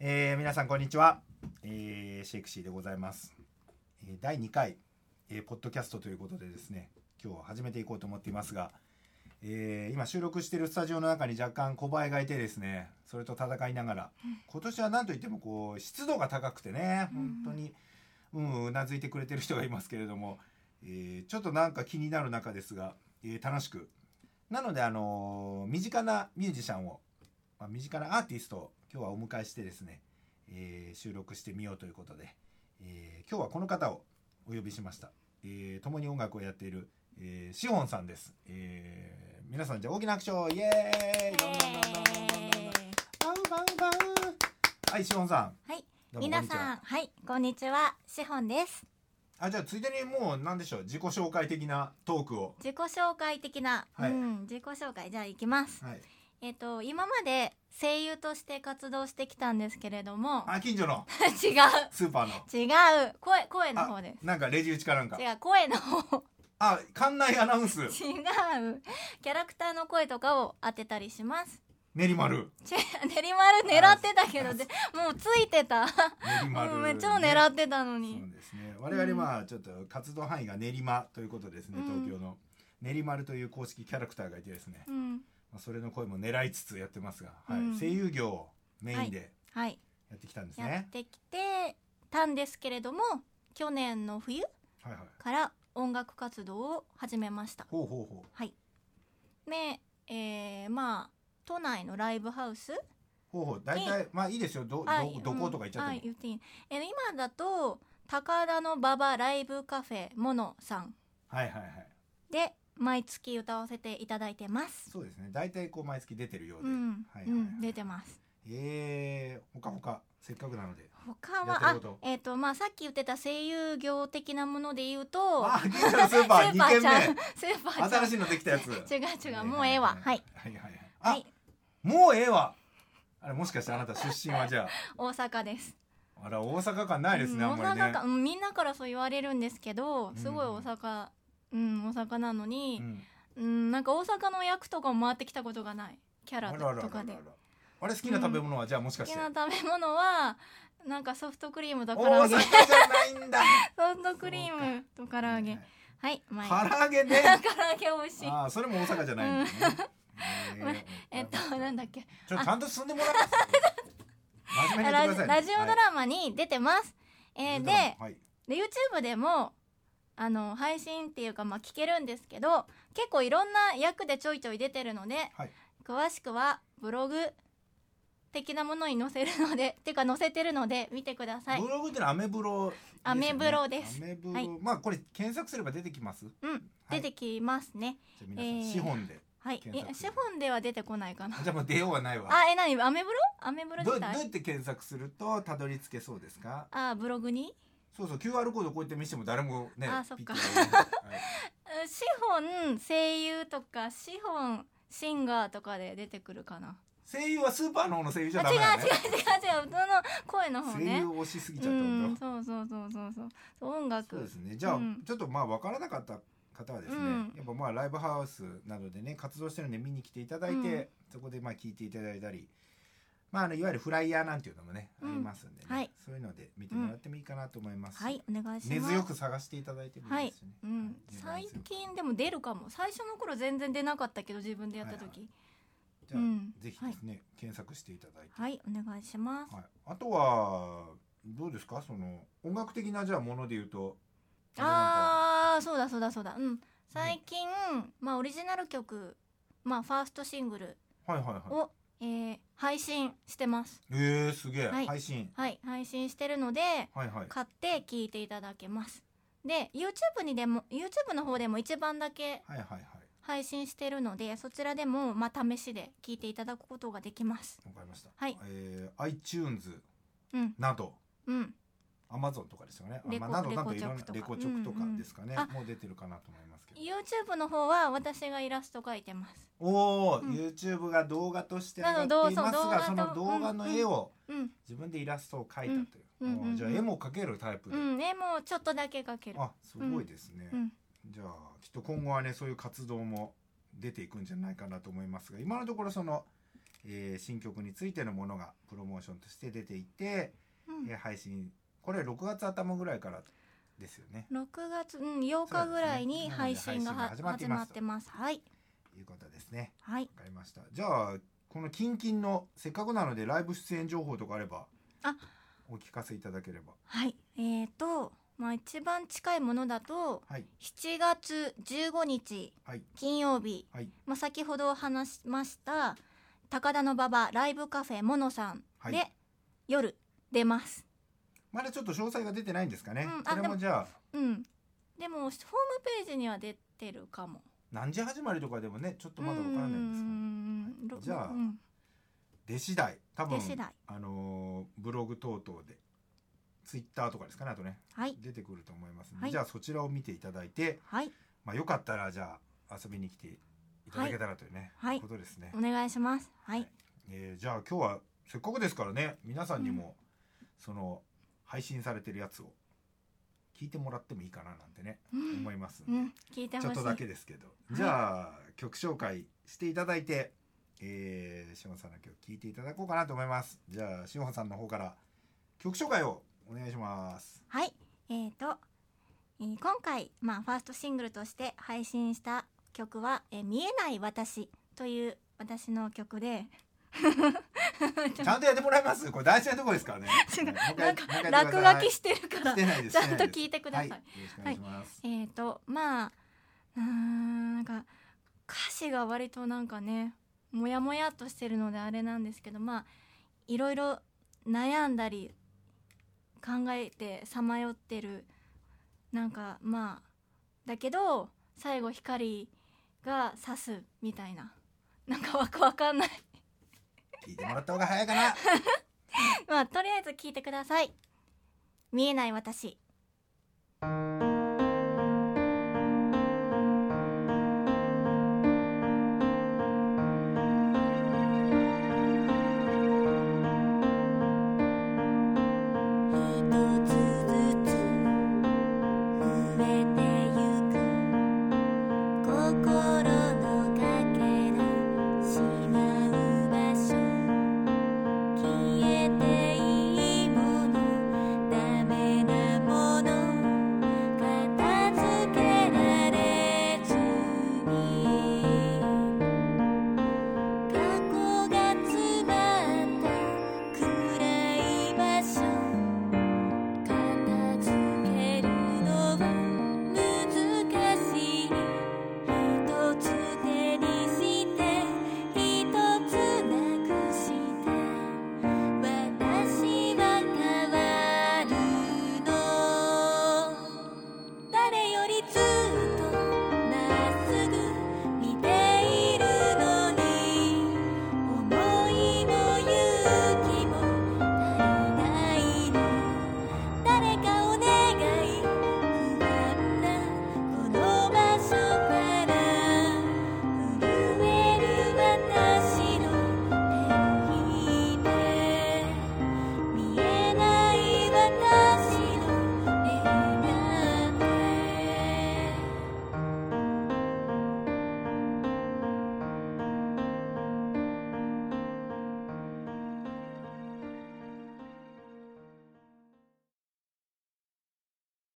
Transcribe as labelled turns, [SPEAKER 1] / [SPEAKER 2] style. [SPEAKER 1] えー皆さんこんにちは、えーシェイクシーでございます、えー第2回、えーポッドキャストということでですね今日は始めていこうと思っていますが、えー今収録しているスタジオの中に若干小林がいてですねそれと戦いながら今年は何といってもこう湿度が高くてね本当にうんうなずいてくれてる人がいますけれども、えーちょっとなんか気になる中ですが、えー楽しくなのであのー身近なミュージシャンをまあ、身近なアーティストを今日はお迎えしてですね、えー収録してみようということで、えー今日はこの方をお呼びしました、えー共に音楽をやっている、えー、シオンさんです、えー皆さんじゃあ大きな拍手をイエーイどんどんどんどんどんどんどんバウバウバウはいシオンさん
[SPEAKER 2] はい
[SPEAKER 1] どうもこん
[SPEAKER 2] 皆
[SPEAKER 1] にちは
[SPEAKER 2] さん、はい、こんにちは、しほんです。
[SPEAKER 1] あじゃあついでにもう何でしょう自己紹介的なトークを
[SPEAKER 2] 自己紹介的な、
[SPEAKER 1] はい
[SPEAKER 2] うん、自己紹介、じゃあ行きます。
[SPEAKER 1] はい
[SPEAKER 2] えっ、と、今まで声優として活動してきたんですけれども、
[SPEAKER 1] あ近所の
[SPEAKER 2] 違う、
[SPEAKER 1] スーパーの
[SPEAKER 2] 違う、声、声の方で
[SPEAKER 1] なんかレジ打ちかなんか
[SPEAKER 2] す。違う、声の方、
[SPEAKER 1] あ館内アナウンス
[SPEAKER 2] 違う、キャラクターの声とかを当てたりします。
[SPEAKER 1] 練馬る
[SPEAKER 2] ち練馬る狙ってたけど、でもうついてた。
[SPEAKER 1] 練馬
[SPEAKER 2] も
[SPEAKER 1] る
[SPEAKER 2] うめっちゃ狙ってたの
[SPEAKER 1] そ
[SPEAKER 2] に
[SPEAKER 1] う。ですね。我々まあちょっと活動範囲が練馬ということですね。
[SPEAKER 2] うん
[SPEAKER 1] 東京の練馬るという公式キャラクターがいてですね。
[SPEAKER 2] うん、
[SPEAKER 1] まあそれの声も狙いつつやってますが、はい
[SPEAKER 2] うん
[SPEAKER 1] 声優業をメインで
[SPEAKER 2] はい。
[SPEAKER 1] やってきたんです
[SPEAKER 2] や
[SPEAKER 1] ね
[SPEAKER 2] っ。てきてたんですけれども去年の冬
[SPEAKER 1] はいはい。
[SPEAKER 2] から音楽活動を始めました
[SPEAKER 1] ほうほうほう。
[SPEAKER 2] で、えーまあ都内のライブハウス
[SPEAKER 1] ほうほう。大体まあいいですよ。どど
[SPEAKER 2] はい
[SPEAKER 1] ど
[SPEAKER 2] う
[SPEAKER 1] こ
[SPEAKER 2] ん
[SPEAKER 1] とか言っちゃっ
[SPEAKER 2] は
[SPEAKER 1] て
[SPEAKER 2] い
[SPEAKER 1] も。
[SPEAKER 2] 言っていいえー今だと高田の馬場ライブカフェモノさん
[SPEAKER 1] はいはいはい。
[SPEAKER 2] で毎月歌わせていただいてます
[SPEAKER 1] そうですね。大体こう毎月出てるよう
[SPEAKER 2] う
[SPEAKER 1] で。
[SPEAKER 2] ん、
[SPEAKER 1] はいはいはい
[SPEAKER 2] うん、出てます
[SPEAKER 1] ええー、ほかほかせっかくなので。
[SPEAKER 2] 他
[SPEAKER 1] や
[SPEAKER 2] は
[SPEAKER 1] ってる
[SPEAKER 2] あ
[SPEAKER 1] こと
[SPEAKER 2] えっ、とまあさっき言ってた声優業的なもので言うと
[SPEAKER 1] あ、銀座のスーパー
[SPEAKER 2] ス
[SPEAKER 1] 二
[SPEAKER 2] ーパー
[SPEAKER 1] 軒
[SPEAKER 2] ちゃん
[SPEAKER 1] 目。
[SPEAKER 2] スーパーちゃん
[SPEAKER 1] 新しいのできたやつ。
[SPEAKER 2] 違う違うもうええわはい。
[SPEAKER 1] はいはいはい。
[SPEAKER 2] は
[SPEAKER 1] あ
[SPEAKER 2] い、
[SPEAKER 1] もうええわ。あれもしかしてあなた出身はじゃ
[SPEAKER 2] 大阪です。
[SPEAKER 1] あ、あら大阪感ないですね、
[SPEAKER 2] うん
[SPEAKER 1] あんまりね。
[SPEAKER 2] 大阪か、うんみんなからそう言われるんですけど、すごい
[SPEAKER 1] うん
[SPEAKER 2] 大阪、うん、大阪なのに
[SPEAKER 1] う、ん
[SPEAKER 2] うん、なんか大阪の役とかも回ってきたことがない。キャ
[SPEAKER 1] あら
[SPEAKER 2] ラ
[SPEAKER 1] あらあら
[SPEAKER 2] とかで。
[SPEAKER 1] あれ好きな食べ物は、じゃあもしか
[SPEAKER 2] 好
[SPEAKER 1] して
[SPEAKER 2] き。な食べ物は、なんかソフトクリームと
[SPEAKER 1] 大
[SPEAKER 2] 唐
[SPEAKER 1] 阪
[SPEAKER 2] 揚
[SPEAKER 1] じ
[SPEAKER 2] げ。
[SPEAKER 1] ゃ
[SPEAKER 2] ソ
[SPEAKER 1] ないんだ。
[SPEAKER 2] フトクリームと唐揚げ。はい、前。唐
[SPEAKER 1] 唐揚げ ね。
[SPEAKER 2] 揚げ美味しい。
[SPEAKER 1] ああ、それも大阪じゃないんだね。
[SPEAKER 2] えっと、なんだっけ。
[SPEAKER 1] ちょっとちゃんと進んでもらえます。真面目にや
[SPEAKER 2] ラ
[SPEAKER 1] ってくださ
[SPEAKER 2] ジ
[SPEAKER 1] いね。
[SPEAKER 2] ラジオド
[SPEAKER 1] はい
[SPEAKER 2] ラマに出てます。えーで、
[SPEAKER 1] はい
[SPEAKER 2] で YouTube でもあの配信っていうかまあ聞けるんですけど結構いろんな役でちょいちょい出てるので、
[SPEAKER 1] はい
[SPEAKER 2] 詳しくはブログ的なものに載せるので っていうか載せてるので見てください
[SPEAKER 1] ブログってのはアメブロですよね。
[SPEAKER 2] アメブロです
[SPEAKER 1] アメブ
[SPEAKER 2] はい
[SPEAKER 1] ロ。まあこれ検索すれば出てきます。
[SPEAKER 2] うん
[SPEAKER 1] は
[SPEAKER 2] 出
[SPEAKER 1] い。
[SPEAKER 2] てきますね
[SPEAKER 1] じゃあ皆さん資本で。
[SPEAKER 2] はい、
[SPEAKER 1] 検索
[SPEAKER 2] えシェフォンでは出てこないかな
[SPEAKER 1] じゃあもう出ようはないわ。
[SPEAKER 2] あえ何アメブロアメブロ
[SPEAKER 1] ど
[SPEAKER 2] 自
[SPEAKER 1] うどうや
[SPEAKER 2] 体
[SPEAKER 1] って検索するとたどり着けそうですか
[SPEAKER 2] あブログに
[SPEAKER 1] そうそう QR コードこうやって見せても誰もね
[SPEAKER 2] あそっか
[SPEAKER 1] ピッてやるはい
[SPEAKER 2] うんシェフォン声優とかシェフォンシンガーとかで出てくるかな
[SPEAKER 1] 声優はスーパーの方の声優じ
[SPEAKER 2] あ
[SPEAKER 1] ゃダ
[SPEAKER 2] 違う違
[SPEAKER 1] メ
[SPEAKER 2] う
[SPEAKER 1] だね
[SPEAKER 2] 違う違うその声の方ね
[SPEAKER 1] 声優を推しすぎちゃった
[SPEAKER 2] うんん、
[SPEAKER 1] だ
[SPEAKER 2] そうそうそうそうそうそう音楽
[SPEAKER 1] そうですねじゃあ、
[SPEAKER 2] うん
[SPEAKER 1] ちょっとまあ分からなかった方はですね、
[SPEAKER 2] うん
[SPEAKER 1] やっぱまあライブハウスなどでね活動してるんで見に来ていただいて、
[SPEAKER 2] うん
[SPEAKER 1] そこでまあ聞いていただいたりまああのいわゆるフライヤーなんていうのもね、
[SPEAKER 2] うん
[SPEAKER 1] ありますんでね、
[SPEAKER 2] はい
[SPEAKER 1] そういうので見てもらってもいいかなと思います、
[SPEAKER 2] はいお願いしま
[SPEAKER 1] 根
[SPEAKER 2] す
[SPEAKER 1] 強く探していただいてもいいですよね、
[SPEAKER 2] うん、
[SPEAKER 1] はい
[SPEAKER 2] 最
[SPEAKER 1] 根強く
[SPEAKER 2] 近でも出るかも最初の頃全然出なかったけど自分でやった時、
[SPEAKER 1] はいはじ
[SPEAKER 2] う
[SPEAKER 1] ゃあ、
[SPEAKER 2] ん
[SPEAKER 1] ぜひですね、検索していただいて
[SPEAKER 2] はい、お願いします
[SPEAKER 1] はい、あとはどうですかその音楽的なじゃあもので言うと
[SPEAKER 2] あーそうだそうだそうだうん最近、まあオリジナル曲まあファーストシングル
[SPEAKER 1] はいはいはい
[SPEAKER 2] を、えー配信してます
[SPEAKER 1] えー、すげえ、
[SPEAKER 2] はい
[SPEAKER 1] 配信
[SPEAKER 2] はい配信してるので
[SPEAKER 1] はいはい
[SPEAKER 2] 買って聴いていただけますで YouTube にでも YouTube の方でも一番だけ
[SPEAKER 1] はいはいはい
[SPEAKER 2] 配信してるのでそちらでも、まあ、試しで聞いていただくことができます
[SPEAKER 1] わかりました、
[SPEAKER 2] はい
[SPEAKER 1] えー、iTunes
[SPEAKER 2] うん
[SPEAKER 1] など
[SPEAKER 2] うん
[SPEAKER 1] Amazon とかですよねあ
[SPEAKER 2] レコ
[SPEAKER 1] まあなどなど
[SPEAKER 2] レコ
[SPEAKER 1] い
[SPEAKER 2] チョ
[SPEAKER 1] ろんな
[SPEAKER 2] クとか
[SPEAKER 1] レコチョクとか
[SPEAKER 2] うんうん
[SPEAKER 1] ですかね、
[SPEAKER 2] あ
[SPEAKER 1] もう出てるかなと思いますけど
[SPEAKER 2] YouTube の方は私がイラスト描いてます
[SPEAKER 1] おお、
[SPEAKER 2] うん
[SPEAKER 1] YouTube が動画として上が
[SPEAKER 2] なの
[SPEAKER 1] っています
[SPEAKER 2] そう動画
[SPEAKER 1] が
[SPEAKER 2] と
[SPEAKER 1] その動画の絵を
[SPEAKER 2] うん
[SPEAKER 1] 自分でイラストを描いたという、
[SPEAKER 2] うんうんうんうん
[SPEAKER 1] おーじゃあ絵も描けるタイプで、
[SPEAKER 2] うん絵もちょっとだけ描ける
[SPEAKER 1] あすごいですね、
[SPEAKER 2] うん
[SPEAKER 1] じゃあきっと今後はねそういう活動も出ていくんじゃないかなと思いますが今のところそのえー新曲についてのものがプロモーションとして出ていて、
[SPEAKER 2] うん
[SPEAKER 1] えー配信これ6月頭ぐらいからですよね
[SPEAKER 2] 6月、うん、8日ぐらいに配信がは
[SPEAKER 1] そうですねなので配
[SPEAKER 2] 始ま
[SPEAKER 1] 信が始ま
[SPEAKER 2] っ
[SPEAKER 1] ってて
[SPEAKER 2] ます。はい。
[SPEAKER 1] いうことですね
[SPEAKER 2] はい。
[SPEAKER 1] わかりましたじゃあこのキンキンのせっかくなのでライブ出演情報とかあれば
[SPEAKER 2] あ
[SPEAKER 1] お聞かせいただければ
[SPEAKER 2] はい。えっ、と、まあ一番近いものだと、
[SPEAKER 1] はい
[SPEAKER 2] 7月15日
[SPEAKER 1] はい
[SPEAKER 2] 金曜日、
[SPEAKER 1] はい
[SPEAKER 2] まあ先ほど話しました、高田の馬場ライブカフェモノさん
[SPEAKER 1] はい
[SPEAKER 2] で、夜出ます。
[SPEAKER 1] まだちょっと詳細が出てないんですかね、
[SPEAKER 2] うんあ
[SPEAKER 1] これ
[SPEAKER 2] でも
[SPEAKER 1] もじゃあ
[SPEAKER 2] うん。でも、ホームページには出てるかも。
[SPEAKER 1] 何時始まりとかでもねちょっとまだわからないんですけ
[SPEAKER 2] う
[SPEAKER 1] どは
[SPEAKER 2] ん
[SPEAKER 1] いじゃあ
[SPEAKER 2] うん
[SPEAKER 1] 出次第多分
[SPEAKER 2] 出次第
[SPEAKER 1] あのーブログ等々でツイッターとかですかねあとね
[SPEAKER 2] はい。
[SPEAKER 1] 出てくると思いますので、
[SPEAKER 2] はい
[SPEAKER 1] じゃあそちらを見ていただいて、
[SPEAKER 2] はい。
[SPEAKER 1] まあ、よかったらじゃあ遊びに来ていただけたらというね、
[SPEAKER 2] はい
[SPEAKER 1] ことですね、
[SPEAKER 2] お願いします。はい。
[SPEAKER 1] えーじゃあ今日はせっかくですからね皆さんにもその配信されてるやつを聞いてもらってもいいかななんてね、
[SPEAKER 2] うん
[SPEAKER 1] 思いますんで、
[SPEAKER 2] うん、聞いてほ
[SPEAKER 1] ち
[SPEAKER 2] しい。
[SPEAKER 1] ょっとだけですけど、
[SPEAKER 2] い
[SPEAKER 1] じゃあ曲紹介していただいて、えー、しほんさんの曲聴いていただこうかなと思いますじゃあしほんさんの方から曲紹介をお願いし ます
[SPEAKER 2] はい、えーと、えー今回、まあ、ファーストシングルとして配信した曲は、えー見えない私という私の曲で、
[SPEAKER 1] ちゃんとやってもらいますこれ大事なとこですからね
[SPEAKER 2] 違う
[SPEAKER 1] もう一回
[SPEAKER 2] なんか
[SPEAKER 1] もう一回やってく
[SPEAKER 2] 落
[SPEAKER 1] ださ
[SPEAKER 2] 書
[SPEAKER 1] い
[SPEAKER 2] きしてるから
[SPEAKER 1] し、てないです
[SPEAKER 2] ちゃ
[SPEAKER 1] て
[SPEAKER 2] んと
[SPEAKER 1] ないです
[SPEAKER 2] 聞いてください。
[SPEAKER 1] はい、よろしくお願いします、
[SPEAKER 2] えーと、まあ、うーん、なんか、歌詞が割となんかね、もやもやっとしてるのであれなんですけど、まあ、いろいろ悩んだり、考えてさまよってる、なんか、まあ、だけど、最後光が差すみたいな。なんかわわかんない。
[SPEAKER 1] 聞いてもらった方が早いかな
[SPEAKER 2] まあ、とりあえず聞いてください。見えない私。
[SPEAKER 1] 「